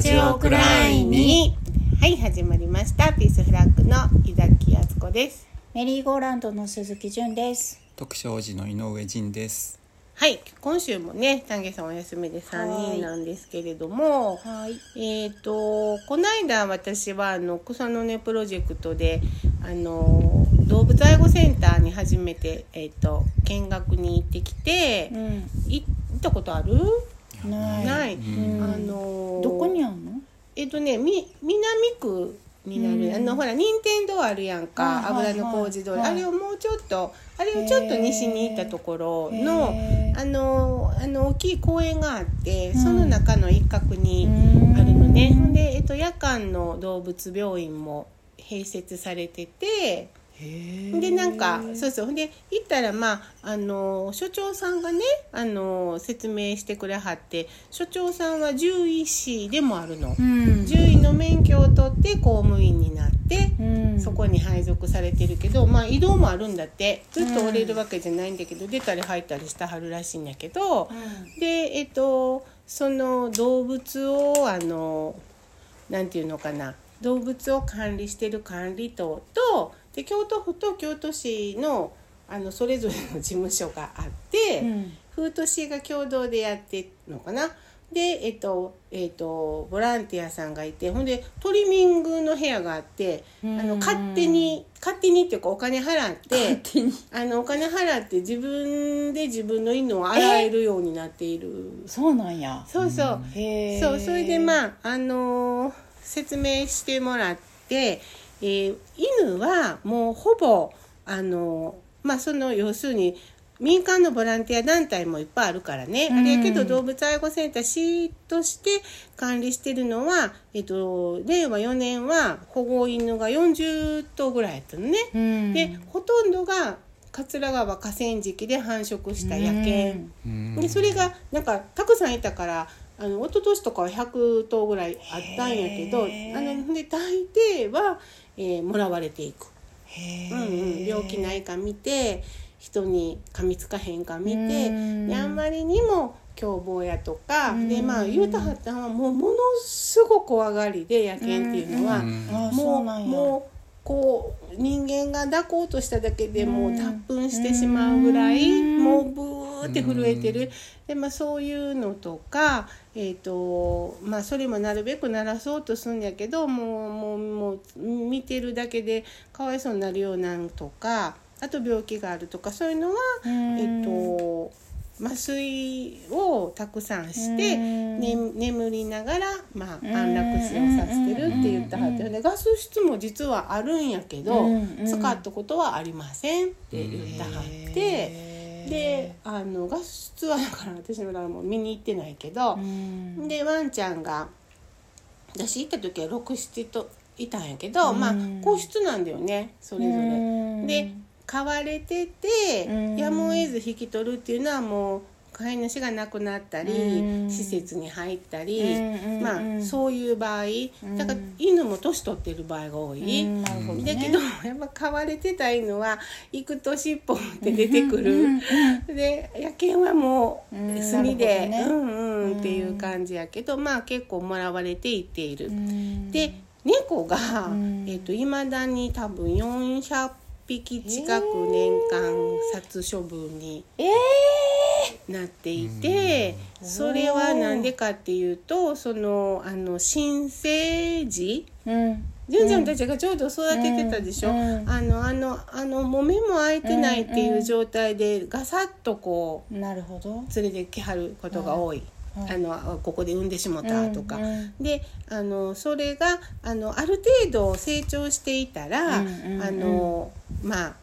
ジオクライにはい始まりましたピースフラッグの井崎敦子ですメリーゴーランドの鈴木純です。徳勝寺の井上仁です。はい今週もね丹下さんお休みで3人なんですけれどもはい。えっ、とこの間私はあの草の根プロジェクトであの動物愛護センターに初めて、えっと見学に行ってきてう、ん。い行ったことある、ない。ない、うんあのどこにあんの？えっとね、み南区になる、うんあのほら任天堂あるやんか、はいはいはい油の工事通り、はいあれをもうちょっとあれをちょっと西に行ったところのへーあのあの大きい公園があってんその中の一角にうんあるのね、ほんで、えっと、夜間の動物病院も併設されてて。でなんかそうそうほんで行ったらまああの所長さんがねあの説明してくれはって所長さんは獣医師でもあるのう。ん。獣医の免許を取って公務員になって、うん。そこに配属されてるけど、まあ、移動もあるんだってずっとおれるわけじゃないんだけど、出たり入ったりしたはるらしいんだけど、うでえっとその動物をあのなんていうのかな動物を管理してる管理棟とで京都府と京都市のあのそれぞれの事務所があって。ん。風と市が共同でやってるのかなでえっとえっとボランティアさんがいてほんでトリミングの部屋があってあうのん勝手に勝手にっていうかお金払って手に。あのお金払って自分で自分の犬を洗えるようになっているそうなんや。そうそうへえ。そうそれであ。まああのー説明してもらって、えー犬はもうほぼあのーまあその要するに民間のボランティア団体もいっぱいあるからね、うんあれやけど動物愛護センター市として管理してるのは、えっと、令和4年は保護犬が40頭ぐらいやったのね。うん。でほとんどが桂川河川敷で繁殖した野犬。うんでそれがなんかたくさんいたからあの一昨年とかは100頭ぐらいあったんやけどあへーので大抵は、えーもらわれていく、へえ。うんうん、病気ないか見て人に噛みつかへんか見うてんであんまりにも凶暴やとかうんでまあ言うたはったんはもうものすごく怖がりで野犬っていうのは。うんあ、もそううなんや。もうこう人間が抱こうとしただけでもううん脱糞してしまうぐらいうんもうブーって震えてうるで、まあ、そういうのとか、えーとまあ、それもなるべく鳴らそうとするんやけどもうもうもう見てるだけでかわいそうになるようなんとかあと病気があるとかそういうのは、うんえっ。と麻酔をたくさんして、うんね、眠りながら、まあ、ん安楽死をさせてるって言ったはずうんでガス室も実はあるんやけど、うんうん使ったことはありませんって言ったはって、へーで。あのガス室はだから私のらも見に行ってないけどう、ん。でワンちゃんが私行った時は67といたんやけど、うんまあ個室なんだよねそれぞれ。うんで飼われててうんやむを得ず引き取るっていうのはもう飼い主が亡くなったりうん施設に入ったりうんうんうまあんそういう場合うんだから犬も年取ってる場合が多い。うんなるほどねだけどやっぱ飼われてた犬は行くと尻尾って出てくるうんうんで野犬はもううん炭で、なるうほどんうんっていう感じやけどまあ結構もらわれていっている。うんで猫がうんえっといまだに多分400匹近く年間殺処分にええなっていて、それはなんでかっていうとそのあの新生児うん純ちゃんたちがちょうど育ててたでしょ、うんあのあのあのもめも開いてないっていう状態でガサッとこなるほどう連れてきはることが多い、はいあのここで産んでしもたとか、うんうんであのそれがあのある程度成長していたら、うんうんうんあのまあ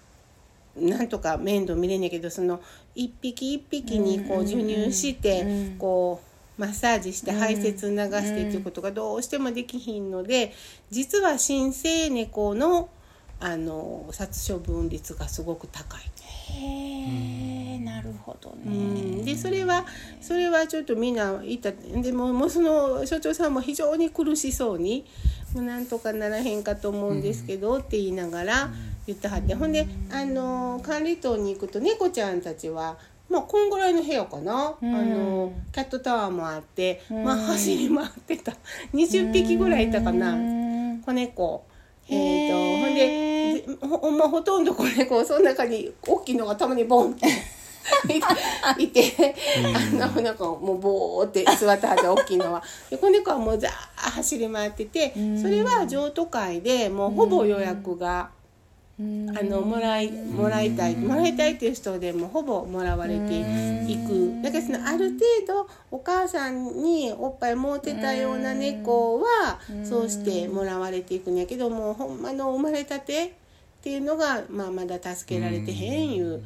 なんとか面倒見れんねんけどその一匹一匹にこううんうんうん授乳して、うんこうマッサージしてうん排泄流してっていうことがどうしてもできひんので実は新生猫のあの殺処分率がすごく高い。へえなるほどうねんでそれはそれはちょっとみんな言ったでももうその所長さんも非常に苦しそうに「もうなんとかならへんかと思うんですけど」って言いながら言ってはってほんであの管理棟に行くと猫ちゃんたちはまあこんぐらいの部屋かな、うんあのキャットタワーもあって、うんまあ走り回ってた20匹ぐらいいたかな、うん子猫へえーー、とほんでぜほほんまほとんど子猫その中に大きいのがたまにボンって いていて、あのなんかもうボーって座ってはった大きいのはで子猫はもうザー走り回っててうんそれは譲渡会でもうほぼ予約が、うんあのもらいもらいたい、もらいたいっていう人でもほぼもらわれていて。行くだからそのある程度お母さんにおっぱい持ってたような猫はそうしてもらわれていくんやけどもうほんまの生まれたてっていうのが、まあ、まだ助けられてへんいう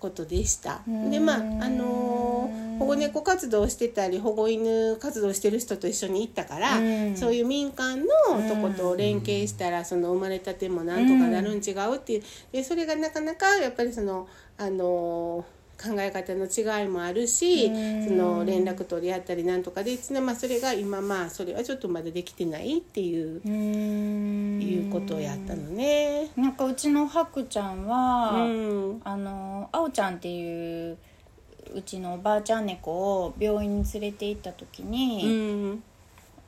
ことでした。でまああのー保護猫活動してたり保護犬活動してる人と一緒に行ったから、うんそういう民間のとこと連携したら、その生まれたてもなんとかなるん違うっていうでそれがなかなかやっぱりその、あのー考え方の違いもあるし、その連絡取り合ったりなんとかでつなまあそれが今まあそれはちょっとまだできてないっていう,、うんいうことをやったのね。なんかうちのハクちゃんは、うんあのあおちゃんっていううちのおばあちゃん猫を病院に連れて行った時に、うん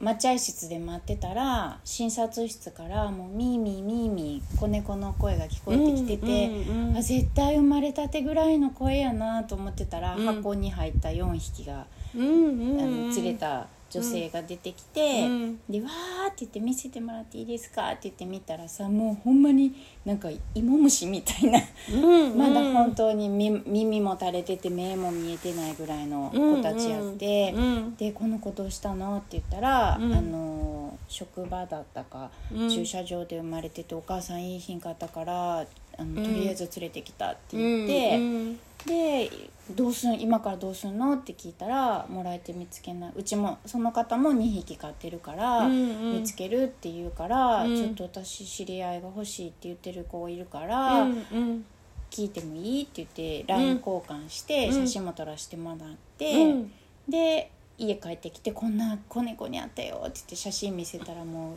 待合室で待ってたら診察室からもうミーミーミーミー子猫の声が聞こえてきてて、うんうんあ絶対生まれたてぐらいの声やなと思ってたら、うん箱に入った4匹が、うんうあんの連れた女性が出てきて、うんで「わー」って言って「見せてもらっていいですか?」って言って見たらさもうほんまになんか芋虫みたいなうんまだ本当にみ耳も垂れてて目も見えてないぐらいの子たちやって。うんで「この子どうしたの?」って言ったら、うんあの職場だったか、うん駐車場で生まれててお母さんいい品買ったからあうの、んとりあえず連れてきたってう言んって、うんでどうすん今からどうすんのって聞いたらもらえて見つけないうちもその方も2匹飼ってるから、うんうん見つけるって言うから、うんちょっと私知り合いが欲しいって言ってる子いるから、うんうん聞いてもいいって言って LINE 交換して、うん写真も撮らせてもらって。うんで家帰ってきて「こんな子猫に会ったよ」って言って写真見せたらもう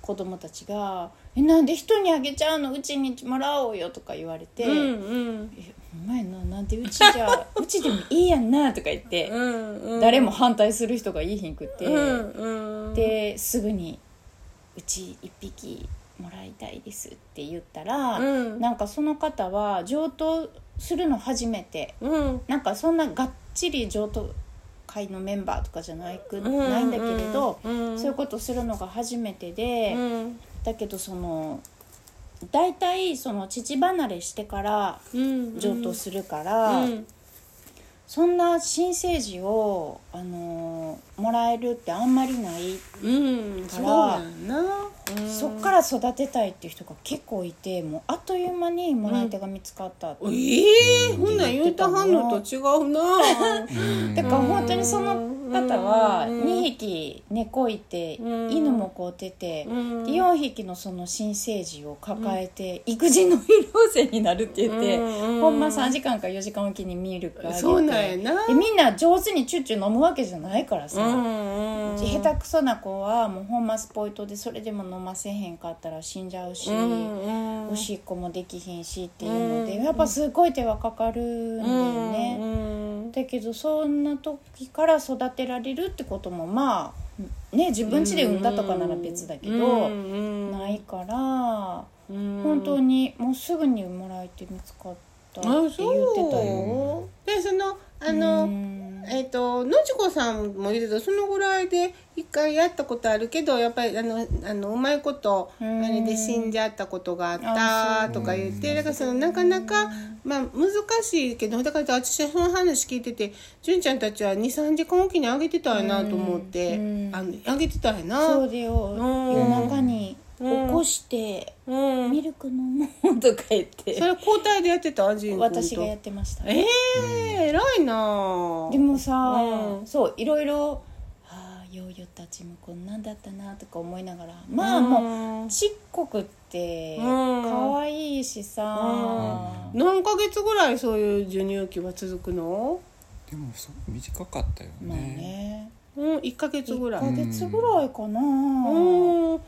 子供たちが「えなんで人にあげちゃうのうちにもらおうよ」とか言われて「うんうんえお前ななんでうちじ ゃうちでもいいやんな」とか言って、うんうん誰も反対する人がいいひんくて、うんうんですぐに「うち一匹もらいたいです」って言ったら、うんなんかその方は上等するの初めて。うんなんかそんながっちり譲渡会のメンバーとかじゃないく、うんないんだけれど、うんそういうことするのが初めてで、うんだけどその大体その父離れしてからうん譲渡するから、うんそんな新生児を、あのーもらえるってあんまりない、うんかそうらやんなうんそっから育てたいっていう人が結構いてもうあっという間にもらい手が見つかったってええほんなん言うたはんのと違うなだから本当にその方はうん2匹猫いてうん犬も飼うててうんで4匹のその新生児を抱えて育児の医療生になるって言ってうんほんま3時間か4時間おきにミルクあげてそうなんやなでみんな上手にチュッチュ飲むわけじゃないからうさんうん下手くそな子はもうほんまスポイトでそれでも飲ませへんかったら死んじゃうし。うんおしっこもできひんしっていうので、うんやっぱすごい手はかかるんだよね、うんだけどそんな時から育てられるってこともまあね自分家で産んだとかなら別だけど、うんうんないから、うん本当にもうすぐにもらえて見つかったって言あってたよ。そうでそのあの、うんえっとのちこさんも言うてたそのぐらいで一回やったことあるけどやっぱりあのあのうまいことあうんれで死んじゃったことがあっあたとか言ってだからそのなかなか、まあ、難しいけどだから私はその話聞いてて純ちゃんたちは23時間おきにあげてたんやなと思ってうんあのあげてたんやな。そうだようん夜中に起うんこしてう「んミルク飲もう」とか言っそてれ交代でやってたジン君と私がやってましたええ偉いなでもさ、うんそういろいろ「ああヨーヨーたちもこんなんだったな」とか思いながらまあもう、うんちっこくってうん可愛いしさ、何ヶ月ぐらいそういう授乳期は続くのでもそ短かったよね,、まあねうん、1ヶ月ぐら1いヶ月ぐらいかな、うん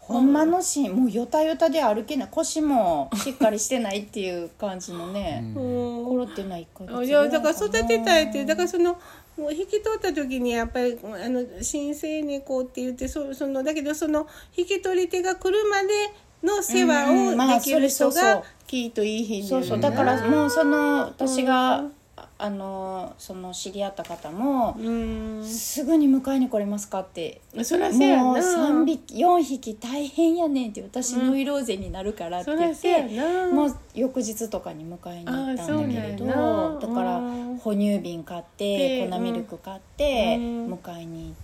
ほんまのシーンもうよたよたで歩けない腰もしっかりしてないっていう感じのうね、んコロっていうのは1ヶ月ぐいらやいだからかな育てたいってだからそのもう引き取った時にやっぱりあの新生猫って言ってそそのだけどその引き取り手が来るまでの世うんうんまあ話をできる人それそうそがうきっといい日になそうるそうなだからもうその私が、うんああのその知り合った方も、うんすぐに迎えに来れますかってそらせやなもう3匹4匹大変やねんって私ノイローゼになるからってそ言らっせて、やなもう翌日とかに迎えに行っあーたんだけれどそうなんやなだからうん哺乳瓶買ってで粉ミルク買ってうん迎えに行って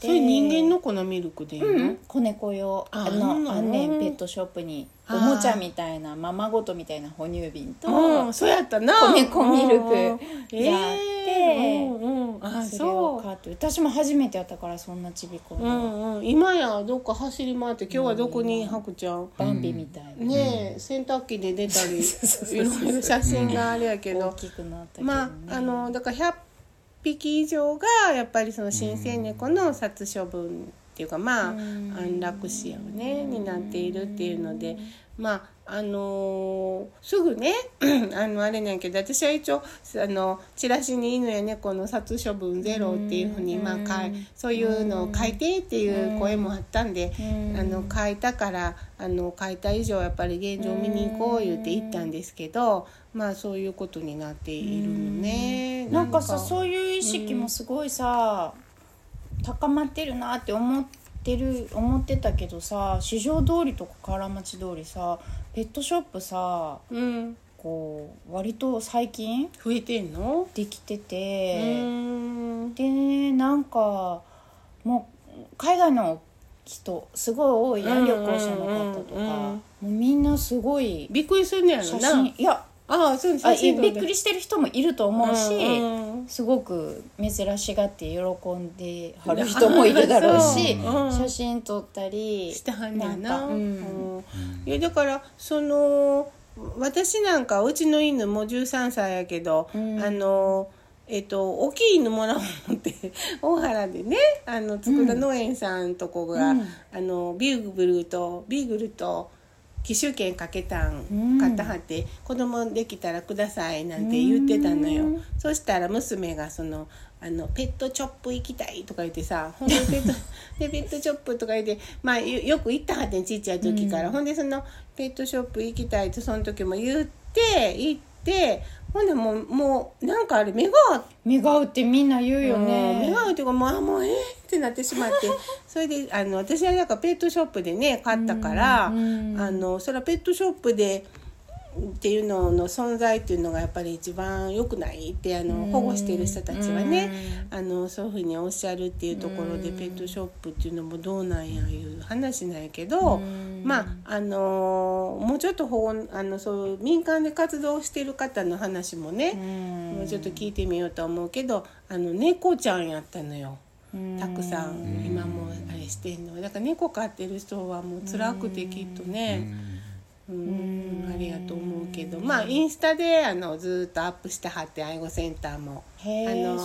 そういう人間の粉ミルクでいいの、うん子猫用ああのあんのあんねんペットショップにあおーもちゃみたいなままごとみたいな哺乳瓶とうん、そうやったな米粉ミルクうんやってうんうんあそれをそう買って私も初めてやったからそんなちびこうのんうん、今やどっか走り回って今日はどこにハクちゃん、バンビみたいな、ねえ洗濯機で出たり そうそうそういろいろ写真があれやけ大ど、きくなったけど、ね、まああのだから100匹以上がやっぱりその新生猫の殺処分っていうかまあうん安楽死やねになっているっていうのでまああのーすぐね あのあれなんやけど私は一応あのチラシに犬や猫の殺処分ゼロっていうふうにまあ書ういんそういうのを書いてっていう声もあったんで。うんあの変えたからあの変えた以上やっぱり現状見に行こう言って行ったんですけどまあそういうことになっているのねなんかさそういう意識もすごいさ、高まってるなって思ってる思ってたけどさ市場通りとか河原町通りさペットショップさうんこう割と最近増えてんのできてうて、ーんでなんかもう海外の人すごい多いやん、うん旅行者の方とうか、んうんもうみんなすごいびっくりするんねやろ写な真いやああそうあ写い真撮びっくりしてる人もいると思うし。うんうんすごく珍しがって喜んではる人もいるだろう し、そうん写真撮ったりしてはんねんな。なんかうんうんいやだからその私なんかうちの犬も13歳やけど、うんあのえっと大きい犬もらおう思って 大原でねあの佃農園さんとこが、うんあのビーグルとビーグルと奇襲券かけたうんん買ったはって、子供できたらくださいなんて言ってたのよ、うんそしたら娘がそのあの「ペットチョップ行きたい」とか言ってさ「ほんでペ ットでペットショップ」とか言って、まあ、よよく行ったはってんちっちゃい時から、ほんでその「ペットショップ行きたい」とその時も言って行ってほんでもうもうなんかあれ目が合って。目が合うってみんな言うようん目ねが合うというかもうあもうええってなってしまってそれであの私はなんかペットショップでね買ったから、うんうんあのそれはペットショップでっていうのの存在っていうのがやっぱり一番良くないってあのうん保護している人たちはねあのそういうふうにおっしゃるっていうところでうんペットショップっていうのもどうなんやいう話なんやけどうんまああのもうちょっと保護あのそういう民間で活動してる方の話もね、うんもうちょっと聞いてみようと思うけどあの猫ちゃんやったのよたくさん今もあれしてんのだから猫飼ってる人はもう辛くてきっとねうんあれやと思うけどまあインスタであのずーっとアップしてはって愛護センターもあへえそうなの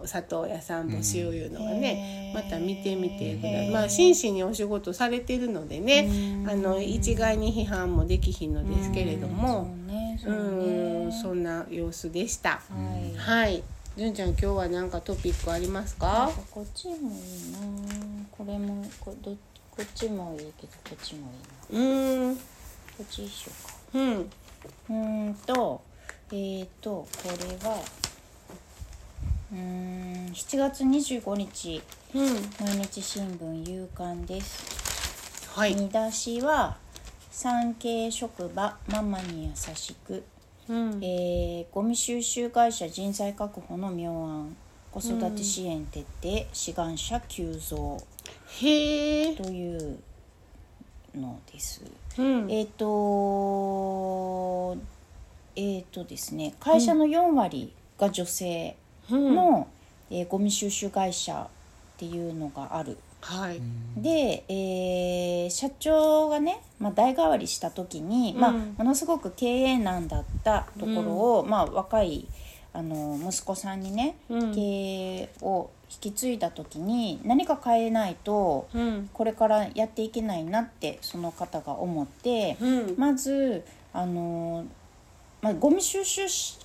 の里親さん募集いうのがねうまんた見てみてくだへさーいまあ真摯にお仕事されてるのでねうんあの一概に批判もできひんのですけれどもそうねそううねんそんな様子でした。はいなんかはい。純ちゃん今日はなんかトピックありますか？こっちもいいなこれもこどこっちもいいけどこっちもいいなうーん。こっち一緒かうん。うーんとえー、とこれはうーん7月25日うん。毎日新聞夕刊です、はい。見出しは「産経職場ママに優しく」うん。えーゴミ収集会社人材確保の妙案子育て支援徹底、志願者急増へえ。というのです。うん。えっ、とえっ、とですね会社の4割が女性うん。の、えーゴミ収集会社っていうのがある。はい。で、えー社長がね、まあ、代替わりした時に、まあうんものすごく経営難だったところを、まあ、若いあの息子さんにね、うん経営を引き継いだ時に何か変えないとうんこれからやっていけないなってその方が思って、うんまずあの、まあ、ゴミ収集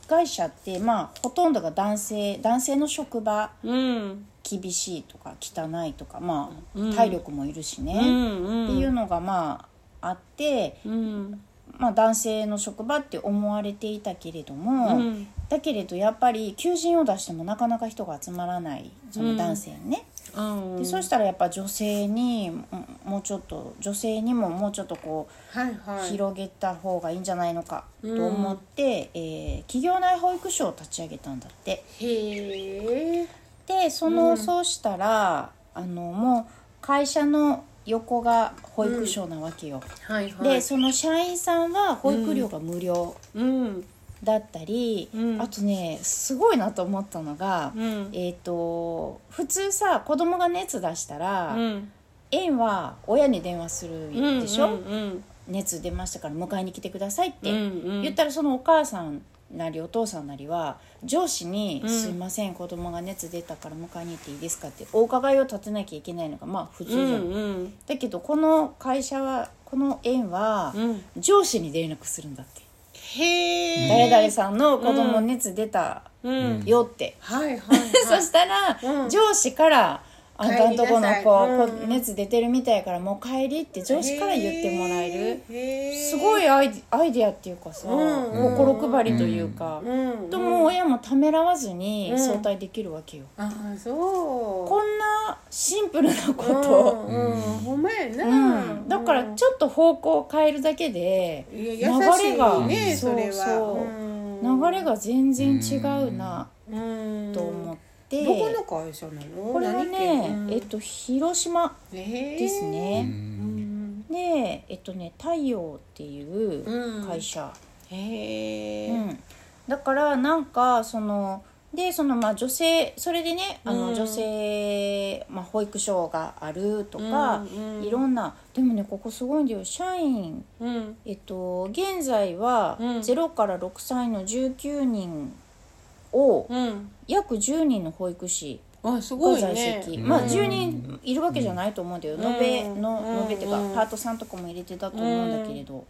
会社って、まあ、ほとんどが男性男性の職場うん厳しいとか汚いとか、まあうん体力もいるしね、うんっていうのがまああって、うんまあ、男性の職場って思われていたけれどうも、んだけれどやっぱり求人を出してもなかなか人が集まらないその男性にね、うんでそしたらやっぱ女性にうんもうちょっと女性にももうちょっとこうはいはい広げた方がいいんじゃないのかうんと思って、えー企業内保育所を立ち上げたんだってへえでその、そうしたらあのもう会社の横が保育所なわけよ、はいはいでその社員さんは保育料が無料うんだったり、うんあとねすごいなと思ったのが、うんえっ、と普通さ子供が熱出したら、うん園は親に電話するでしょ、うん熱出ましたから迎えに来てくださいって、うんうん言ったらそのお母さんなりお父さんなりは上司に「うんすいません子供が熱出たから迎えに行っていいですか?」ってお伺いを立てなきゃいけないのがまあ普通うじゃない、んうんだけどこの会社はこの園はうん上司に連絡するんだって、へえ誰々さんの子供熱出たうんよって、はいはいはい そしたら、うん上司から「あんたんと帰りこのな子、さいこうん熱出てるみたいからもう帰り」って上司から言ってもらえるへーすごいアイデアイデアっていうかさ、うん心配りというか、うんとも親もためらわずにうん相対できるわけよ、ああそうこんなシンプルなこうと、んうんほんまやな、うんだからちょっと方向を変えるだけでいや流優しれがいねそれはそうそううん流れが全然違うなうんと思って、どこの会社なのこれはね、えっとと広島でですうね、うんんでえっとね太陽っていううん会社、へえ、うんだからなんかそのでそのまあ女性それでねあうのん女性、まあ、保育所があるとか、うんうんいろんなでもねここすごいんだよ社員うんえっと現在はうん0から6歳の19人を、うん約10人の保育士あすごがい在ね籍、うんまあ10人いるわけじゃないと思うんだよ、うん延べうんの延べっていうか、うんパートさんとかも入れてたと思うんだけれど、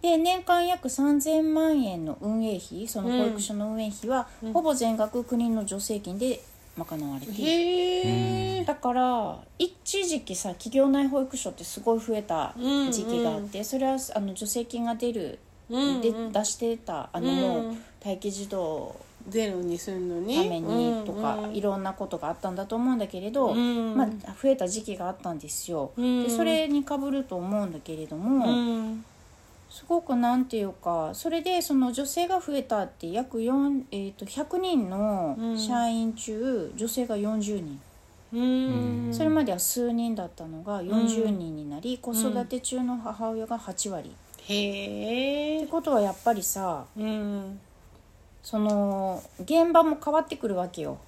で年間約3000万円の運営費その保育所の運営費は、うんほぼ全額国の助成金で賄われている、へえだから一時期さ企業内保育所ってすごい増えた時期があって、それはあの助成金が出る、うんでうん出してたあの、もううん待機児童ゼロにするのねためにとか、いろんなことがあったんだと思うんだけれうど、んまあ、増えた時期があったんですよ。うんでそれにかぶると思うんだけれどうも、んすごくなんていうかそれでその女性が増えたって約4、えー、と100人のうん社員中、女性が40人、うんそれまでは数人だったのが40人になり、子育て中の母親が8割。へってえことはやっぱりさうんその現場も変わってくるわけよ。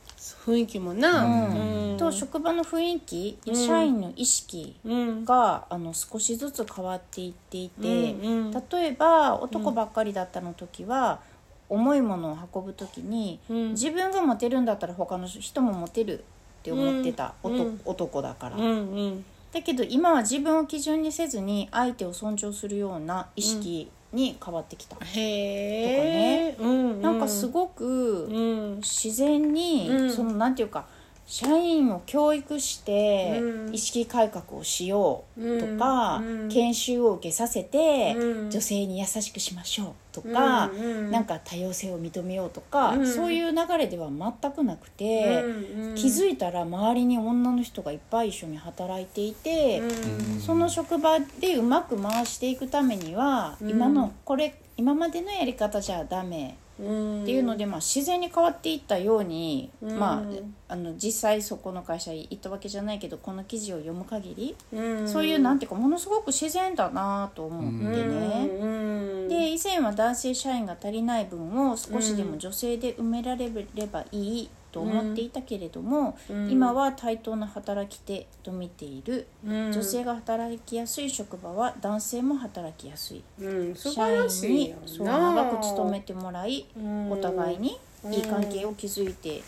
雰囲気もな、うんうんと職場の雰囲気、うん社員の意識うんがあの少しずつ変わっていっていて、うんうん例えば男ばっかりだったの時は、重いものを運ぶ時に、うん自分が持てるんだったら他の人も持てるって思ってた、うんおとうん男だから、うんうんだけど今は自分を基準にせずに相手を尊重するような意識に変わってきた、へえ、うんうん、なんかすごく、うん自然に、うんそのなんていうか社員を教育してうん意識改革をしようとか、うんうん研修を受けさせて、うん女性に優しくしましょうとか、うんうんなんか多様性を認めようとか、うんそういう流れでは全くなくて、うんうん気づいたら周りに女の人がいっぱい一緒に働いていて。うんその職場でうまく回していくためには、うん今のこれ今までのやり方じゃダメうんっていうので、まあ、自然に変わっていったように、うんまあ、あの実際そこの会社行ったわけじゃないけどこの記事を読む限り、うんそういうなんていうかものすごく自然だなと思ってね。うんで以前は男性社員が足りない分を少しでも女性で埋められればいいと思っていたけれども、うん今は対等な働き手と見ている、うん女性が働きやすい職場は男性も働きやすいうん素社晴員らしいによなそう長く勤めてもらい、うんお互いにういい関係を築いてい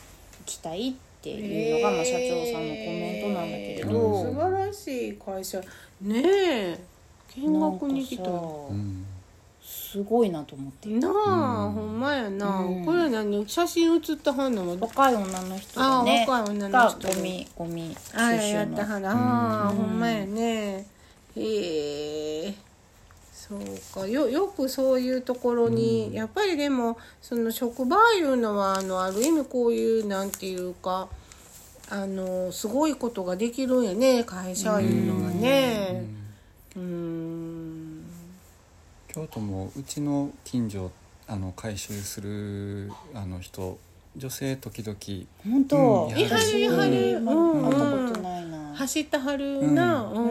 きたいっていうのが、まあ、社長さんのコメントなんだけれど、ど素晴らしい会社ねえ見なんか学に来たなうさんすごいなと思ってあ、うんほんまやな、うんこれ何写真写ったはんのは若い女の人あだあ、ね若い女のが人ゴミゴミあ収れや集っのたはら、うんああうんほんまやねへえそうかよよくそういうところに、うんやっぱりでもその職場いうのはあのある意味こういうなんていうかあのすごいことができるんやね会社いうのはねうん京都もうちの近所あの回収するあの人女性時々本当、うんいはるいはるうんうん会ったことないな、走ったはるなううん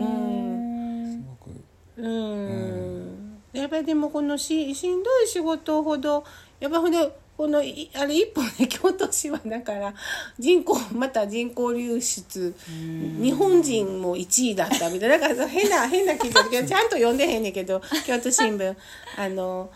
うんすんごうくんやっぱりでもこのししんどい仕事ほどやっぱほどこのいあれ一本で京都市はだから人口また人口流出日本人も1位だったみたいなだからさ変な変な記事だけどちゃんと読んでへんねんけど京都新聞あの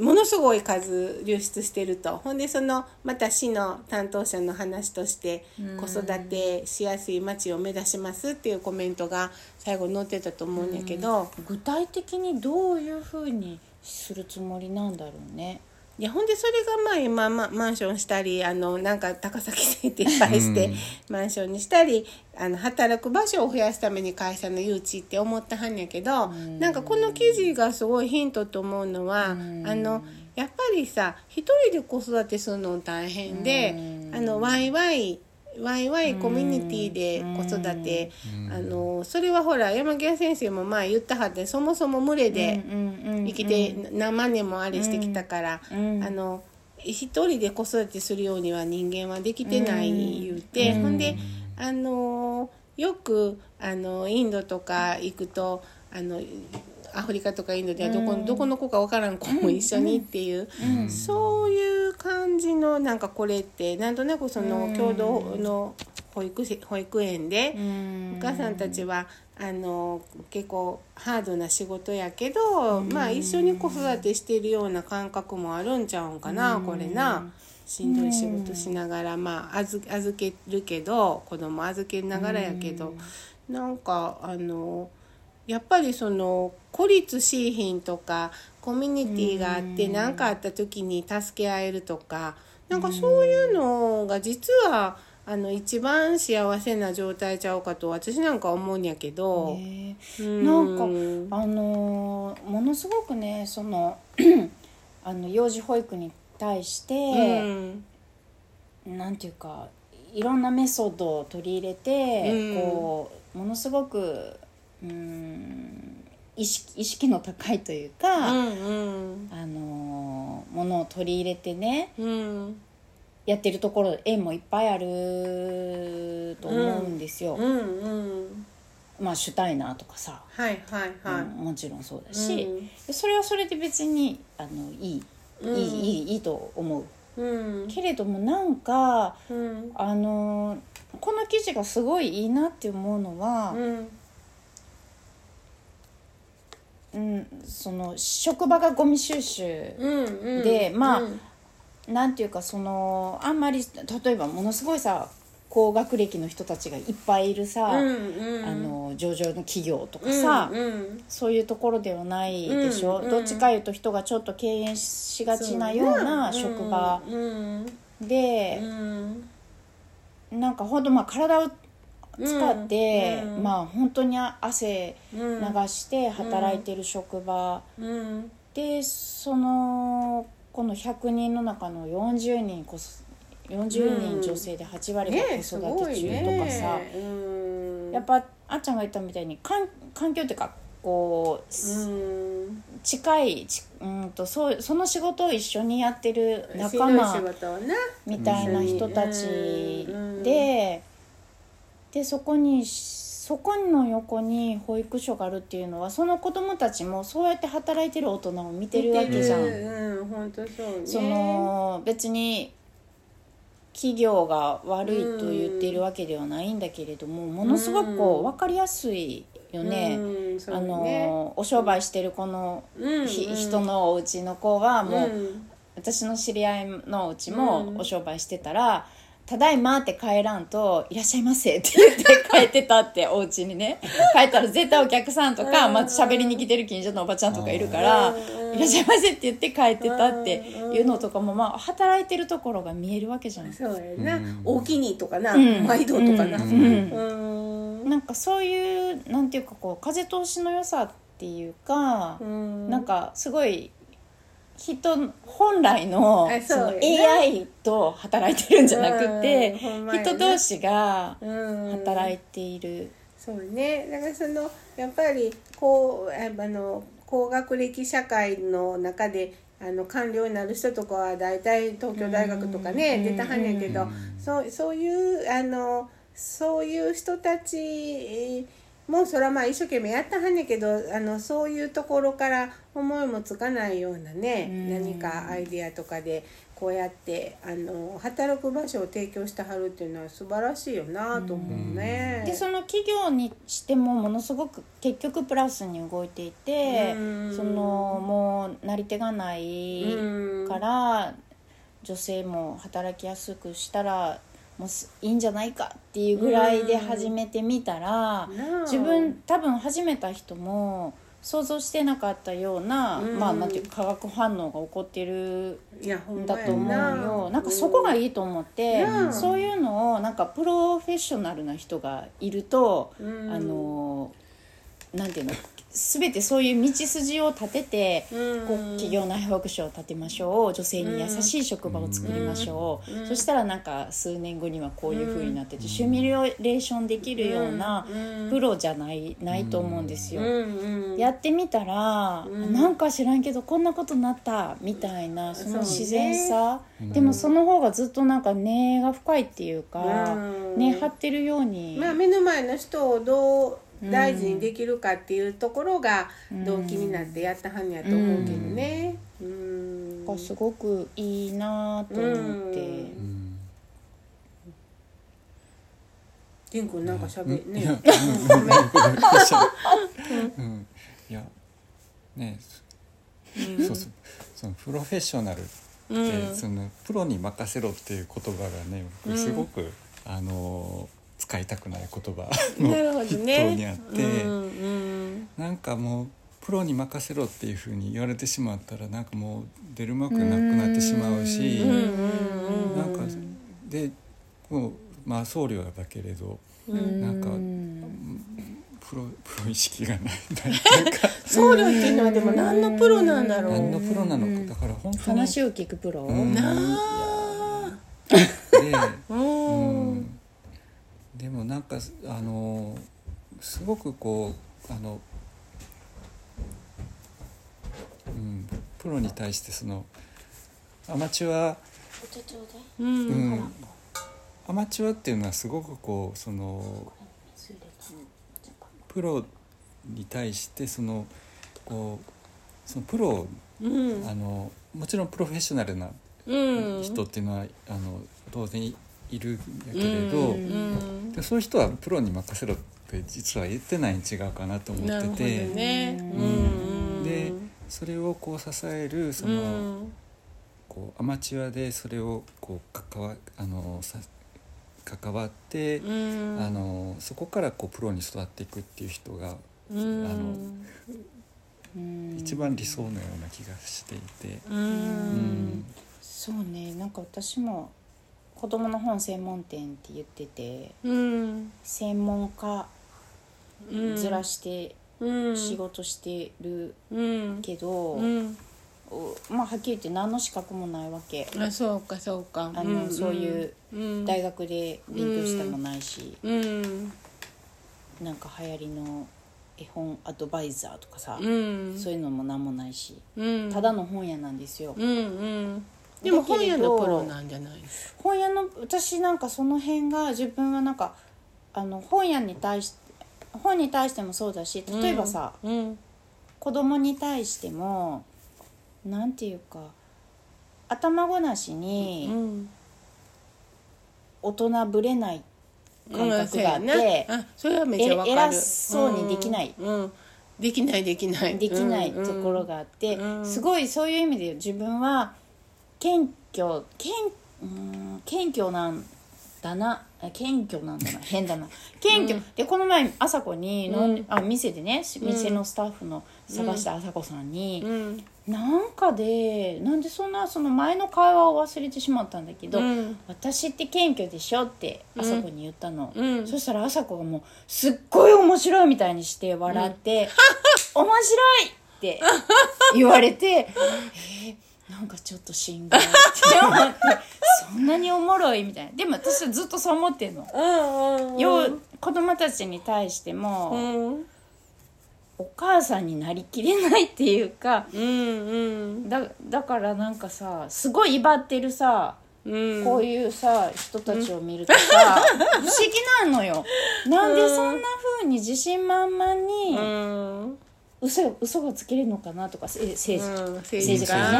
ものすごい数流出してるとほんでそのまた市の担当者の話として子育てしやすい町を目指しますっていうコメントが最後載ってたと思うんやけど。具体的にどういうふうにするつもりなんだろうねいやほんでそれがまあ今まマンションしたりあのなんか高崎線っていっぱいして、うんマンションにしたりあの働く場所を増やすために会社の誘致って思ったはんやけど、んなんかこの記事がすごいヒントと思うのは、うんあのやっぱりさ一人で子育てするの大変で、うんあのワイワイワイワイコミュニティで子育て、うんあのそれはほら山際先生も前言ったはってそもそも群れで生生きて何万年もあれしてきたから。うんあの一人で子育てするようには人間はできてないうん言うて、うんほんであのよくあのインドとか行くとあのアフリカとかインドではどこ,、うんどこの子かわからん子も一緒にっていう、うんそういう感じのなんかこれってなんとなくそのうん共同の保育士保育園で。うんお母さんたちはあの結構ハードな仕事やけど、まあ一緒に子育てしてるような感覚もあるんちゃうんかな、うんこれなしんどい仕事しながら、まあ預預けるけど子供預けながらやけど、なんかあのやっぱりその孤立しいひんとかコミュニティがあってうん何かあった時に助け合えるとかなんかそういうのが実はあの一番幸せな状態ちゃうかと私なんか思うんやけど、ねうんなんあのーものすごくねその あの幼児保育に対して、うんなんていうかいろんなメソッドを取り入れて、うんこうものすごくうん意識意識の高いというか、うんあのーものを取り入れてねうんうんやってるところ縁もいっぱいあると思うんですよ。うんうんまあシュタイナーとかさ、はいはいはういん。もちろんそうだうし、んでそれはそれで別にあのいい、うんいいいいいいと思ううんけれどもなんかうんあのこの記事がすごいいいなって思うのは、うんうんその職場がゴミ収集、うんでまあうんなんていうかそのあんまり例えばものすごいさ高学歴の人たちがいっぱいいるさ、うんうんあの上場の企業とかさ、うんうんそういうところではないでしょ、うんうんどっちかいうと人がちょっと敬遠しがちなようなそうね職場うんで、うんなんかほんとまあ体を使って、うんうんまあ本当に汗うん流して働いてる職場、うんでそのこの100人の中の40人こそ40人女性で8割がね子えす育ごてい中とかさ、ねうんやっぱあっちゃんが言ったみたいに環環境っていうかこう、うん近いちうんとそうその仕事を一緒にやってる仲し間んどい仕事をなみたいな人たちで、うんでそこにそこの横に保育所があるっていうのはその子供たちもそうやって働いてる大人を見てるわけじゃん。うん本当そうねその別に企業が悪いと言ってるわけではないんだけれども、ものすごくこううん分かりやすいよね。うんそうあねのお商売してるこの、うんひうん人のお家の子はもう、うん私の知り合いのうちうもんお商売してたら「ただいま」って帰らんと「いらっしゃいませ」って言って帰ってたってお家 にね帰ったら絶対お客さんとか、うんまあ喋りに来てる近所のおばちゃんとかいるかうらん「いらっしゃいませ」って言って帰ってたっていうのとかもまあ働いてるところが見えるわけじゃないそうやうなん大きにとかなうん毎度とかなううんんなんかそういうなんていうかこう風通しの良さっていうか、うんなんかすごい人本来のあそそうよのね AI と働いてるんじゃなくて、うんほんまやね人同士が働いいている、そうねだからそのやっぱりこうあの高学歴社会の中であの官僚になる人とかは大体東京大学とかねうん出たはんねんけうどんそうそういうあのそういう人たちもそれはまあ一生懸命やったはんねんけどあのそういうところから思いもつかないようなねうん何かアイデアとかでこうやってあの働く場所を提供してはるっていうのは素晴らしいよなと思うね。でその企業にしてもものすごく結局プラスに動いていて、うんそのもうなり手がないから、女性も働きやすくしたらもうすいいんじゃないかっていうぐらいで始めてみたら。なあ自分多分始めた人も想像してなかったような、うんまあなんていうか化学反応が起こってるいやほんまんだやと思うよなんかそこがいいと思って、うんそういうのをなんかプロフェッショナルな人がいると、うんあのなんていうの全てそういう道筋を立てて、うんこう企業内保育所を建てましょう女性に優しい職場を作りましょうう、んそしたらなんか数年後にはこういうふうになってて、シミュレーションできるようなプロじゃないないと思うんですよ。うんうんやってみたら、うんなんか知らんけどこんなことになったみたいなその自然さ、そうねでもその方がずっとなんか根が深いっていうか、うん根張ってるように、まあ、目の前の人をどう大事にできるかっていうところがうん動機になってやったはんやと思うけどね。うんなんかすごくいいなと思って、ううんジン君なんか喋うんねいやうんごめんうんいやねそうそうそのプロフェッショナルって、 うんそのプロに任せろっていう言葉がね僕すごく、あの使いたくない言葉 のなるほど筆頭にあねっ。うて、んうんなんかもうプロに任せろっていうふうに言われてしまったらなんかもう出る幕なくなってしまうし、うんうんなんかでもうまあ僧侶だけれどうんなんかうんプロプロ意識がない ない僧侶っていうのはでも何のプロなんだろ何のう。プロなのかだから本当に話を聞くプロ、うんなあで、 ううんん、でもなんかあのすごくこうあの、うん、プロに対してそのアマチュア、ううんん、アマチュアっていうのはすごくこうそのプロに対してそのこうそのプロをうんあのもちろんプロフェッショナルなうん人っていうのは、あの当然いるんだけれど、うんうんでそういう人はプロに任せろって実は言ってないに違うかなと思なるっほてどて、ね。ううんでそれをこう支えるその、うんこうアマチュアでそれをこう関わあのさ関わって、うんあのそこからこうプロに育っていくっていう人がうんあのうん一番理想のような気がしていて。ううんんそうねなんか私も子供の本専門店って言っててうん専門家うんずらしてうん仕事してるうんけど、うんおまあはっきり言って何の資格もないわけあそうかそうかあのそういう大大学で勉強したもないし、うんなんか流行りの絵本アドバイザーとかさ、うんそういうのも何もないしうんただの本屋なんですよ、うんうんでも本屋のプロなんじゃないです本屋の私なんかその辺が自分はなんかあの本屋に対して本に対してもそうだし例えばさ、うん子供に対してもなんていうか頭ごなしうにん大人ぶれない感覚があって、あそれはめちゃわかるえ偉そうにできないうんうんできないできないできないところががあって、うんうんすごいそういう意味で自分は謙虚謙うーん謙虚なんだなあ謙虚な んだな変だな謙虚、でこの前朝子にの、うんあ店でねし店のスタッフの探した朝子さんに、うんなんかでなんでそんなその前の会話を忘れてしまったんだけど、うん私って謙虚でしょって朝子に言ったの、うんそしたら朝子がもうすっごい面白いみたいにして笑って「 面白い!」って言われてえーなんかちょっと心外って思ってそんなにおもろいみたいなでも私はずっとそう思ってんの、うんうんよう子供たちに対しても、うんお母さんになりきれないっていうかうんだだからなんかさすごい威張ってるさうんこういうさ人たちを見るとさ、不思議なのよなんでそんな風に自信満々にうん嘘嘘がつけれるのかなとかせ政治、うん政治家ね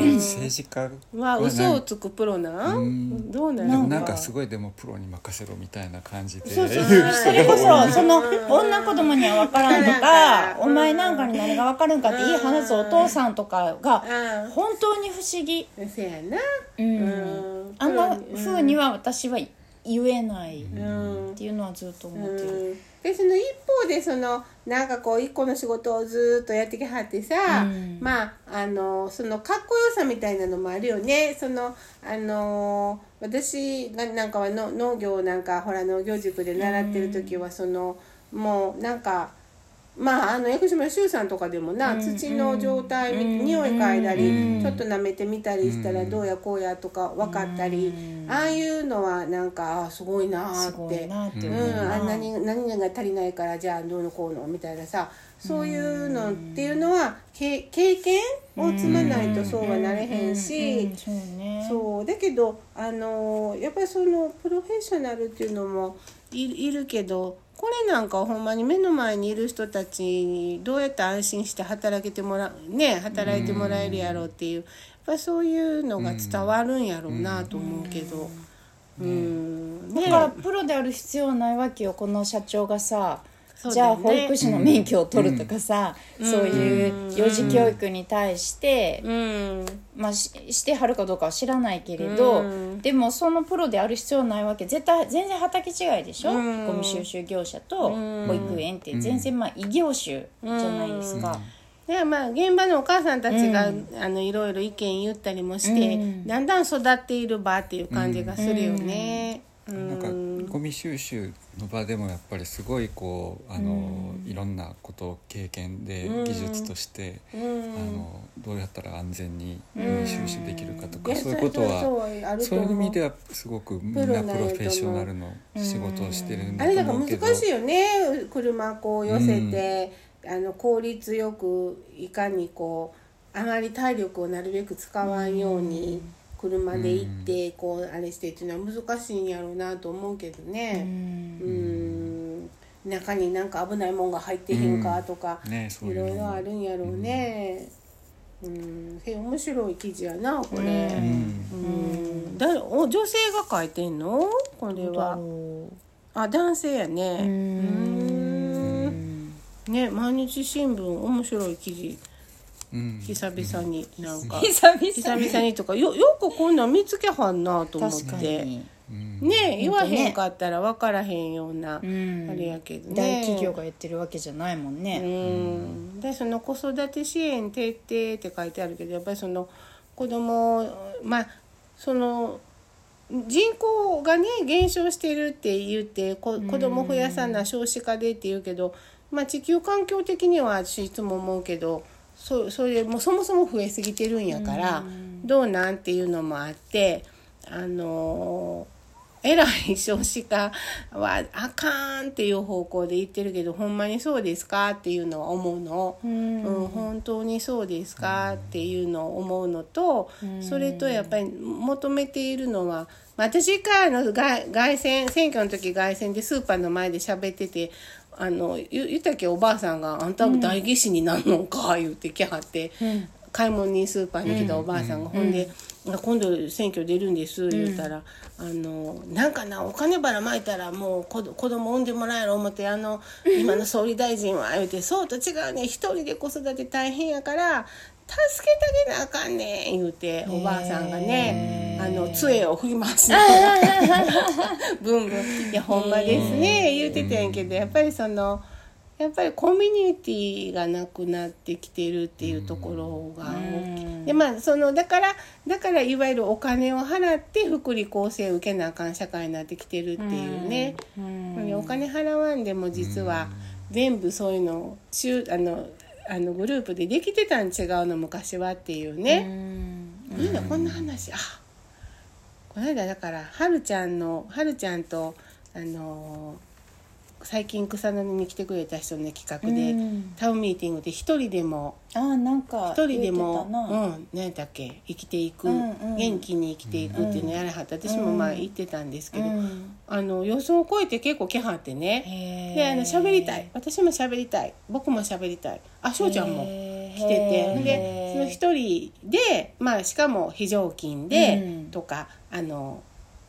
うん政治家まあはね嘘をつくプロなうんんどうなでものなんかすごいでもプロに任せろみたいな感じでそうそう言うそれこそその女子供には分からんとかうんお前なんかに何が分かるんかっていい話すお父さんとかがう本当に不思議、んせやなうん、あんな風には私は言えないっうんていうのはずっと思ってる。うんでその一方でそのなんかこう一個の仕事をずーっとやってきはってさ、うんまああのそのかっこよさみたいなのもあるよねそのあの私がなんかはの農業なんかほら農業塾で習ってる時はその、もうなんか。まあ、あの薬師丸周さんとかでもな、うん土の状態、みうん匂い嗅いだり、うんちょっと舐めてみたりしたらうんどうやこうやとか分かったり、うんああいうのはなんかあすごいなーすってごいなってう思ん、あんななに何々が足りないからじゃあどうのこうのみたいなさそういうのっていうのはけ経験を積まないとそうはなれへんうんうんうしんそうねそうだけどあのやっぱりそのプロフェッショナルっていうのもいいるけどこれなんかほんまに目の前にいる人たちにどうやって安心して働けてもらうね働いてもらえるやろうっていうやっぱりそういうのが伝わるんやろうなと思うけど。うんだからプロである必要はないわけよこの社長がさ、そうじだゃよあね保育士の免許を取るとかさ、そういう幼児教育に対して、うんまあ、ししてはるかどうかは知らないけれうど、んでもそのプロである必要はないわけ絶対全然畑違いでしょ、うんゴミ収集業者とうん保育園って全然まあ異業種じゃないですか。でまあ現場のお母さんたちが、あのいろいろ意見言ったりもして、うんだんだん育っている場っていう感じがするよね。うなんかんゴミ収集の場でもやっぱりすごいこうあの、いろんなことを経験でうん技術として、うんあのどうやったら安全にゴミ収集できるかとか、いやそういうことはそうそうあるとそう思いうう意味ではすごくみんなププロロになフれると思うェッショナルの仕事をしてるんあだれとだから思うけど難しいよね車こう寄せて、あの効率よくいかにこうあまり体力をなるべく使わんように車で行ってこうあれしてっていうのは難しいんやろうなと思うけどね。うんうん中になんか危ないもんが入ってへんかとか、うんねそういいうのろもいろあるんやろうね。うん、へ面白い記事やなこれ。うううんん、だお女性が書いてんのこれは。あ男性やね。うんね毎日新聞面白い記事うん久々になんか久々に久々にとかよよくこんなん見つけはんなと思っ確かて。に、うんね言わへんかったら分からへんような、んあれやけどね。大企業がやってるわけじゃないもんね、うん、でその子育て支援徹底って書いてあるけどやっぱりその子供をまあその人口がね減少してるって言ってこ子供増やさな少子化でって言うけど、まあ、地球環境的には私いつも思うけどそそれもうそもそも増えすぎてるんやから、どうなんっていうのもあってあのーえらい少子化はあかんっていう方向で言ってるけどほんまにそうですかっていうのは思うの。うんうん、本当にそうですかっていうのを思うのと、それとやっぱり求めているのは、まあ、私一回あの外外選選挙の時外選でスーパーの前で喋っててあのゆゆたけおばあさんが「あんたも代議士になんのか」言ってきはって。買い物にスーパーに来たおばあさんが、ほんで、今度選挙出るんです」言うたら、あのなんかなお金ばらまいたらもう子ど子供産んでもらえろ思ってあ の今の総理大臣は言うて「そうと違うね一人で子育て大変やから助けてあげなあかんねん」言うておばあさんがねあの杖を振りますね ブンブン「いやほんまですね」言うてたんやけどやっぱりそのやっぱりコミュニティがなくなってきてるっていうところが大きいでまあそのだからだからいわゆるお金を払って福利厚生受けなあかん社会になってきてるっていうねお金払わんでも実は全部そういうのをしゅあのあのグループでできてたん違うの昔はっていうね。みんなこんな話あこの間だからはるちゃんのはるちゃんとあのー最近草の根に来てくれた人の企画で、うんタウンミーティングで一人でもあーなんか一人でも言ってたなうん何だっけ生きていく、うんうん元気に生きていくっていうのやらはった、私もまあ言ってたんですけど、うんあの予想を超えて結構来はってねへーであの喋りたい私も喋りたい僕も喋りたいあ翔ちゃんも。へー来ててでへーその一人で、まあ、しかも非常勤で、うんとかあの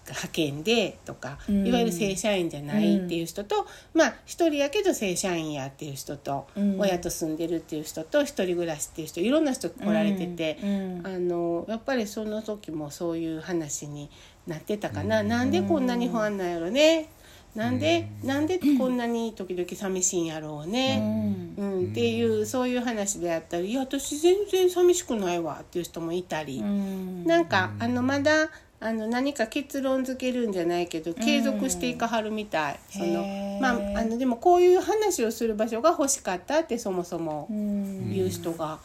派遣でとか、うんいわゆる正社員じゃないっていう人と、まあ一人やけど正社員やっていう人と、うん親と住んでるっていう人と一人暮らしっていう人いろんな人来られてて、うんうんあのやっぱりその時もそういう話になってたかな、なんでこんなに不安なんやろねなんで、なんでこんなに時々寂しいんやろうね。うんうん、っていうそういう話であったり「いや私全然寂しくないわ」っていう人もいたり、うんなんかあのまだあの何か結論づけるんじゃないけど継続していかはるみたい、そへのーまああのでもこういう話をする場所が欲しかったってそもそもうん言う人が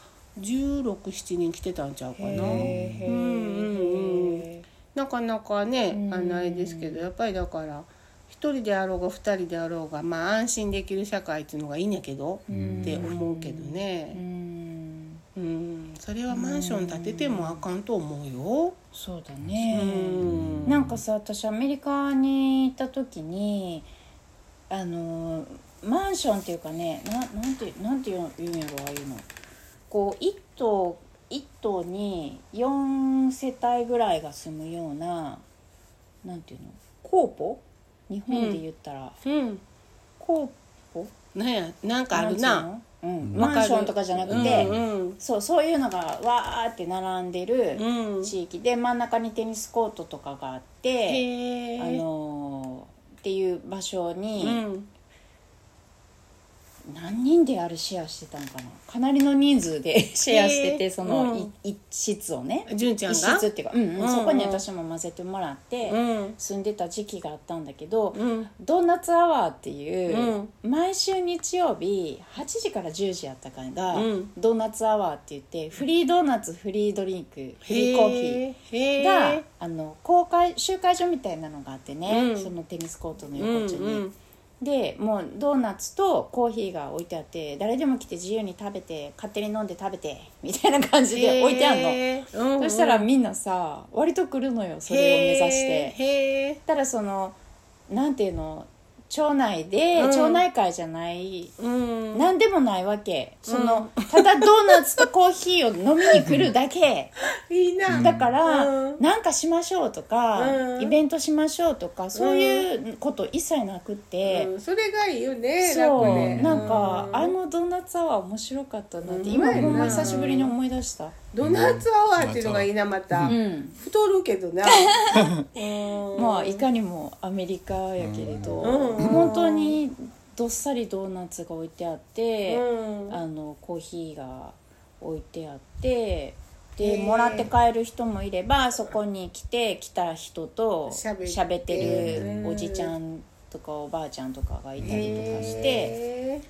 1617人来てたんちゃうかな。へーうんうんうんなかなかね、うんあのあれですけどやっぱりだから一人であろうが二人であろうが、まあ、安心できる社会っていうのがいいんやけど、って思うけどうね、んうんそれはマンション建ててもあかんと思うよ。そうだうね、んなんかさ私アメリカに行った時にあのーマンションっていうかねななんてなんて言う言うんやろああいうのこう一棟一棟に4世帯ぐらいが住むようななんていうのコーポ日本で言ったら、うんコーポなんやなんかあるんな。ていうの、うん、わかるマンションとかじゃなうくんて、うんそうそういうのがわーって並んでるうん。地域で、真ん中にテニスコートとかがあって。へあーのーっていう場所うにん何人であれシェアしてたんかなかなりの人数で シェアしてへえてそのうんい一室をね純ちゃ一んが室っていうか、うんうんううんん、そこに私も混ぜてもらってうん住んでた時期があったんだけどうんドーナツアワーっていうう毎週日曜日8時から10時やったかがうんドーナツアワーって言ってフリードーナツフリードリンクフリーコーヒーーへがーあの公開集会所みたいなのがあってね、うんそのテニスコートのう横地に、んでもうドーナツとコーヒーが置いてあって誰でも来て自由に食べて勝手に飲んで食べてみたいな感じで置いてあんの、のそしたらみんなさ割と来るのよそれを目指してへえたらそのなんていうの町内で、うん町内会じゃないうん何でもないわけその、ただドーナツとコーヒーを飲みに来るだけいいなだから、うんなんかしましょうとか、うんイベントしましょうとかそういうこと一切なくて、うんそれがいいよねそう、楽ねなんか、うんあのドーナツアワー面白かったなって、うんう今まいなほんま久しぶりに思い出した、ドーナツアワーっていうのがいいなまた、うん太るけどなままあいかにもアメリカやけれど、うん本当にどっさりドーナツが置いてあって、うんあのコーヒーが置いてあってへでーもらって帰る人もいればそこに来て来た人と喋って喋ってるうんおじちゃんとかおばあちゃんとかがいたりとかして、へ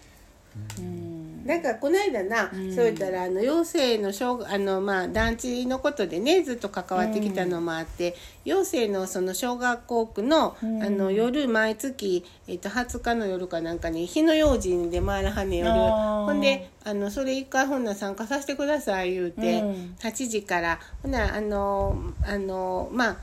うんーなんかこの間な、うんそう言ったらあの陽性の小あの、まあ、団地のことでねずっと関わってきたのもあって、陽性のその小学校区の,、うんあの夜毎月、えっと20日の夜かなんかに火の用心で回らはんねん夜あーほんであのそれ一回ほんなら参加させてください言うて、うん8時からほなあのあのまあ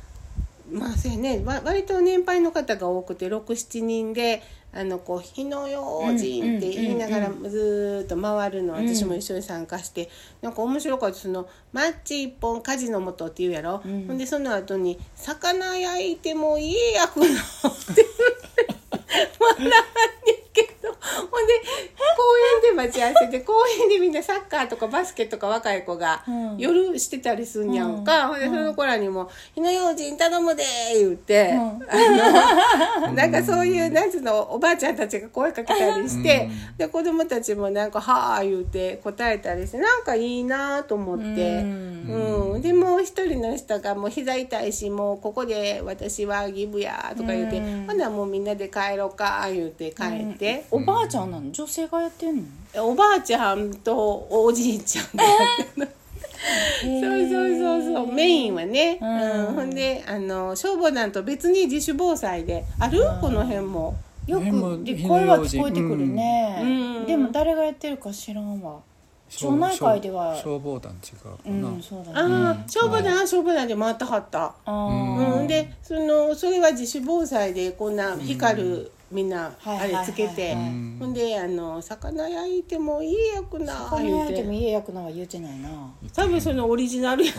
まあそうやねわ割と年配の方が多くて67人で「あのこう火の用心」って言いながらずーっと回るのん私も一緒に参加してなんか面白かったその「マッチ一本火事のもと」って言うやろ、うんほんでその後に「魚焼いてもいいやくの」って笑わんねんけどほんで公園で待ち合わせで公園でみんなサッカーとかバスケとか若い子がうん夜してたりすんやんか、ほんでその子らにも「火の用心頼むで」言って、あのなんかそういうなんつうのおばあちゃんたちが声かけたりして、で子供たちもなんか「はあ」言うて答えたりしてなんかいいなと思って。うんうん、でもう一人の人が「もう膝痛いしもうここで私はギブや」とか言うてう「んほなもうみんなで帰ろうか」言うて帰って、おばあちゃんなの女性がやってんのおばあちゃんとおじいちゃん がそうそうそうそうメインはね、ううんんほんであの消防団と別に自主防災であるこの辺も。よねもくうで火の声は用聞心こえてくるね、うんうんでも誰がやってるか知らんわ消町内会では消消防団違うかうな、んそうだああ、ね消防団は消防団で回ったはった。あうんーうん、でそのそれは自主防災でこんな光る、みんなはいあれつけて、はいはいはいうんほんであの魚焼いてもいいやくな魚言う焼いてもて家焼くのは言うてないなめ多分そのオリジナル や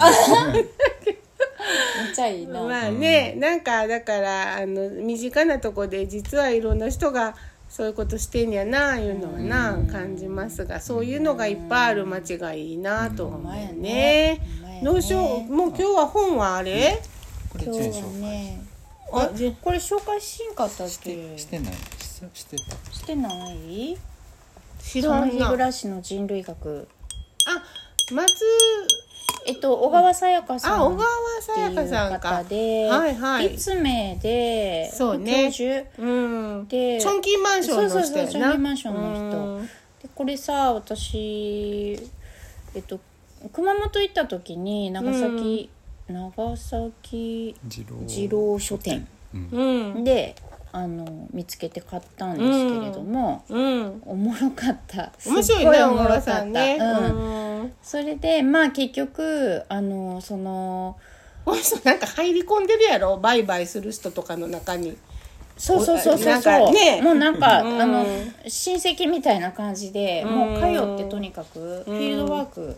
っちゃいい な、まあねなんかだからあの身近なとこで実はいろんな人がそういうことしてんやないうのはな感じますがそういうのがいっぱいある町がいいなと思うよほんまやねほんまやね。農商もう今日は本はあれ、これ今全日は紹介ねあえこれ紹介しんかったっけしてないししてたしてない知そらのん日な暮らしの人類学あ松えっと小川さやかさんあ小川さやかさんっか。ていう方で、はいはい立命でそうね教授うん。でチョンキーマンションの人やな。そうそうそうチョンキーマンションの人うんでこれさ私えっと熊本行った時に長崎、長崎二郎二郎書店うんであの見つけて買ったんですけれども、うんおもろかった面白いすっごねお小もろか川ったさんねうんうんそれでまあ結局あのそのこの人なんか入り込んでるやろ売買する人とかの中にそうそうそうそなうんかそう、ねもうなんか、うんあの親戚みたいな感じで、もう通ってとにかくフィールドワーク、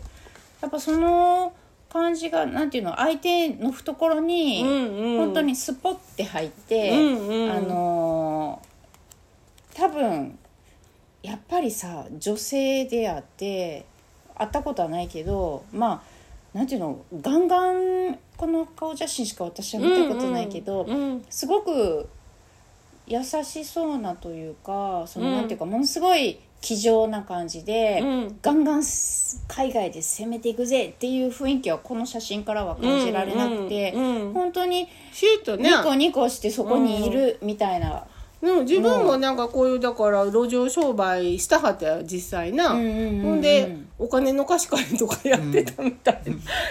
やっぱその感じがなんていうの相手の懐に、うんうん本当にスポッて入って、うんうんあのー多分やっぱりさ女性であって会ったことはないけどまあなんていうのガンガンこの顔写真しか私は見たことないけど、うんすごく優しそうなというかその、うんなんていうかものすごい気丈な感じで、うんガンガンす海外で攻めていくぜっていう雰囲気はこの写真からは感じられなくて、うんうんうん本当にシュートねニコニコしてそこにいるみたいな、でも自分もなんかこういうだから路上商売したはったよ実際なうほんうんうんうんんでお金の貸し借りとかやってたみたい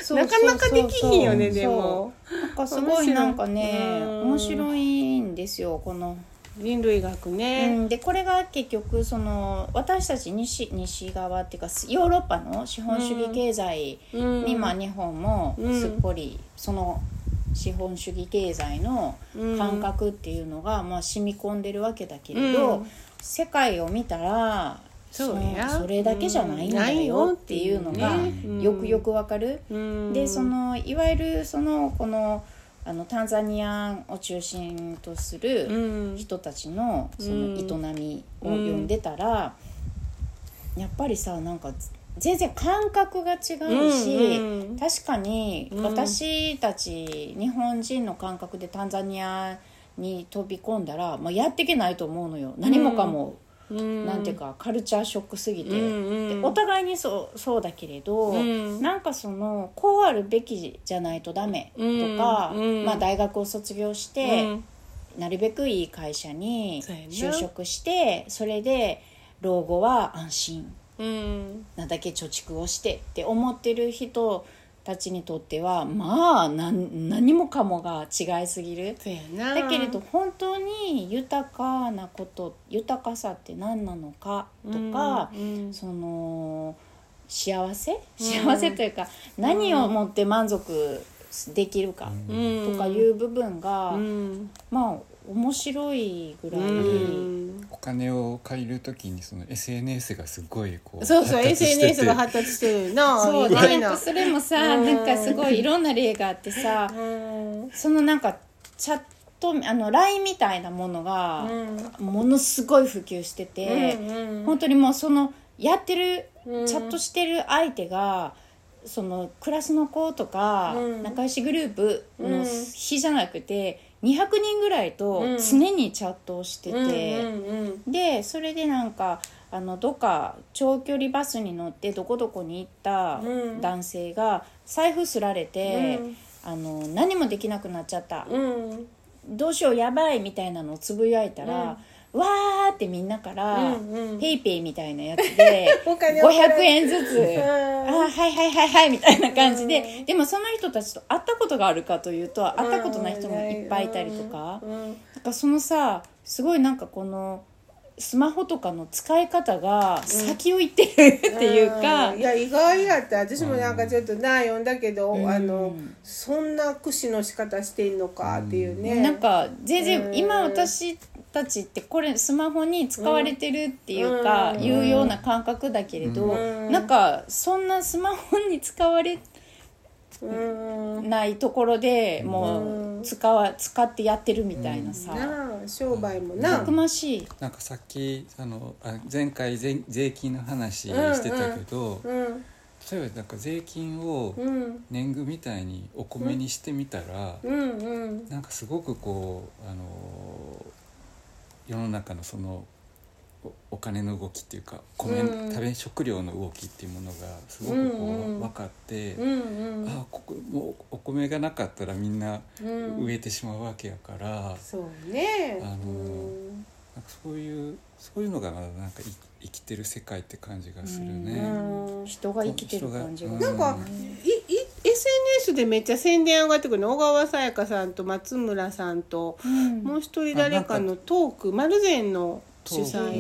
そうなかなかできひんよねそうそうでもなんかすごいなんかね面白いうん面白いんですよこの人類学うねん、でこれが結局その私たち西西側っていうかヨーロッパの資本主義経済うんに、まあ、日本もうんすっぽりその資本主義経済の感覚っていうのが、まあ、染み込んでるわけだけれど、うん世界を見たらそうやそそれだけじゃないんだよっていうのながいよっていうねよくよくわかる。うんでそのいわゆるそのこのあのタンザニアを中心とする、うん人たちのそうんの営みを読んでたら、やっぱりさなんか全然感覚が違うし、うんうん確かにうん私たち日本人の感覚でタンザニアに飛び込んだら、まあ、やっていけないと思うのよ何もかも、うんなんていうかカルチャーショックすぎて。うんうんでお互いにそうそうだけれど、うんなんかそのこうあるべきじゃないとダメとか、うんうんまあ、大学を卒業して、なるべくいい会社にそうやな就職してそれで老後は安心うんうんなだけ貯蓄をしてって思ってる人たちにとってはまあなん何もかもが違いすぎる。そうやなだけれど本当に豊かなこと豊かさって何なのかとか、うんその幸せ幸せというか、何をもって満足できるかうんとかいう部分が、うんまあ面白いぐらい、うんお金を借りるときにその SNS がすごいこうそうそう発達してて SNS が発達してるなそう意外でなそれもさうんなんかすごいいろんな例があってさうんそのなんかチャットあの LINE みたいなものがものすごい普及してて、うんうん本当にもうそのやってるうんチャットしてる相手が、そのクラスの子とか、うん仲良しグループうんの日じゃなくて、200人ぐらいとうん常にチャットをしてて、うんうんでそれでなんかあのどっか長距離バスに乗ってどこどこに行ったうん男性が財布すられて、うんあの何もできなくなっちゃった、うんうんどうしようやばいみたいなのをつぶやいたら、わーってみんなから、うんうんペイペイみたいなやつで お金を500円ずつ。あうんーはいはいはいはいみたいな感じで、うでもその人たちと会ったことがあるかというと会ったことない人もいっぱいいたりとか、うんなんかそのさすごいなんかこのスマホとかの使い方が先を行ってるっていうか、んいや意外やった私もなんかちょっとな読んだけど、うんあのそんな駆使の仕方してんのかっていうね、なんか全う然ん今私たちってこれスマホに使われてるっていうか、うんいうような感覚だけれど、うんなんかそんなスマホに使われうんないところでもう使わ使ってやってるみたいなさ、なあ商売もな、たくましい。なんかさっきあのあ前回税税金の話してたけど、うん例えばなんか税金をうん年貢みたいにお米にしてみたら、うんうんなんかすごくこうあの世の中のそのおお金の動きっていうか米、うん食べ食料の動きっていうものがすごくこう、うんうん分かって、うんうんあここもうお米がなかったらみんなうん植えてしまうわけやから、なんかそうねあのうんそういうそういうのがまだなんかい生きてる世界って感じがするね。うん人が生きてる感じが人がなんか、ういい SNS でめっちゃ宣伝上がってくるの小川さやかさんと松村さんと、うんもう一人誰かのトークマルゼンの主フ催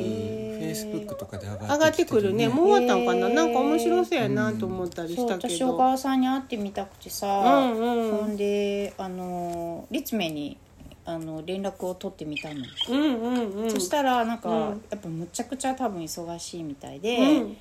ェイスブックとかで上上ががっっててきてくるるねねもう終わったのかな、へーなんか面白そうやなと思ったりそしうたけ私小ど、川さんに会ってみたくてうさ、んほうんんであの立命にあの連絡を取ってみたの、うんうんうんそしたらなんか、うんやっぱむちゃくちゃ多分忙しいみたいで、うん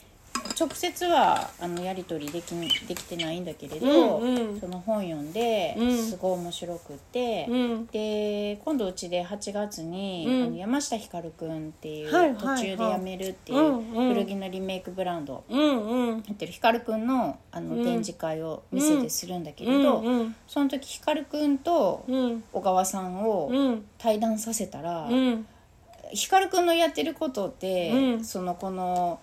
直接はあのやり取りできんできてないんだけれど、うんうんその本読んで、うんすごい面白くって。うんで今度うちで8月に、うんあの山下ひかるくんっていう、はいはいはい途中で辞めるっていう、うんうん古着のリメイクブランドうんうんやってるひかるくんのあの、うん展示会を店でするんだけれうんど、うんその時ひかるくんとうん小川さんをうん対談させたら、うんひかるくんのやってることって、うんそのこの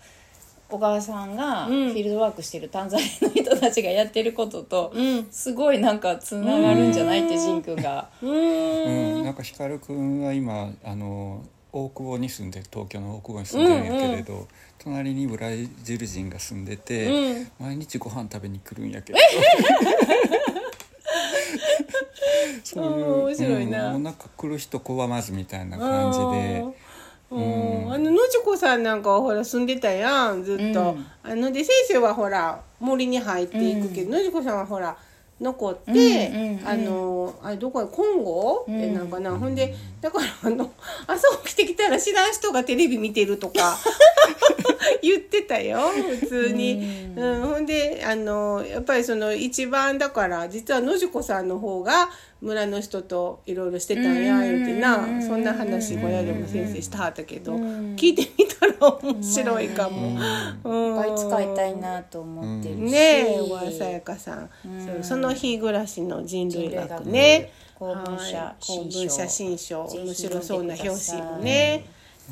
小川さんがフうんィールドワークしてるタンザニアの人たちがやってることと、うんすごいなんかつながるんじゃないってうんジンくんが。うんうん、なんか光くんは今あの大久保に住んで東京の大久保に住んでるんやけれど、隣にブラジル人が住んでて、うん毎日ご飯食べに来るんやけどそういううん面白いなうんもうなんか来る人拒まずみたいな感じでうんうんあののちこさんなんかはほら住んでたやんずっと、うんあので先生はほら森に入っていくけど、のちこさんはほら残って、うんうんあのあれどこやコンゴ、うんえなんかなほんでだからあの朝起きてきたら知らん人がテレビ見てるとか 言ってたよ普通に、うんほんであのやっぱりその一番だから実はのじこさんの方が村の人といろいろしてたんや言ってな、うんそんな話小屋でも先生してはったけど、うん聞いてみたら面白いかも。うんいっぱい使いたいなと思ってるし、ねえ小川さやかさん、そうその日暮らしの人類学ね人類学公文社はい新書公文社新書ぜひ面白そうな表紙も読んね。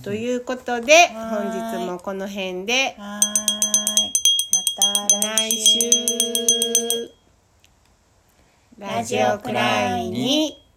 ということで本はい日もこの辺ではーいまた来週ララジジオオくくららいいにに。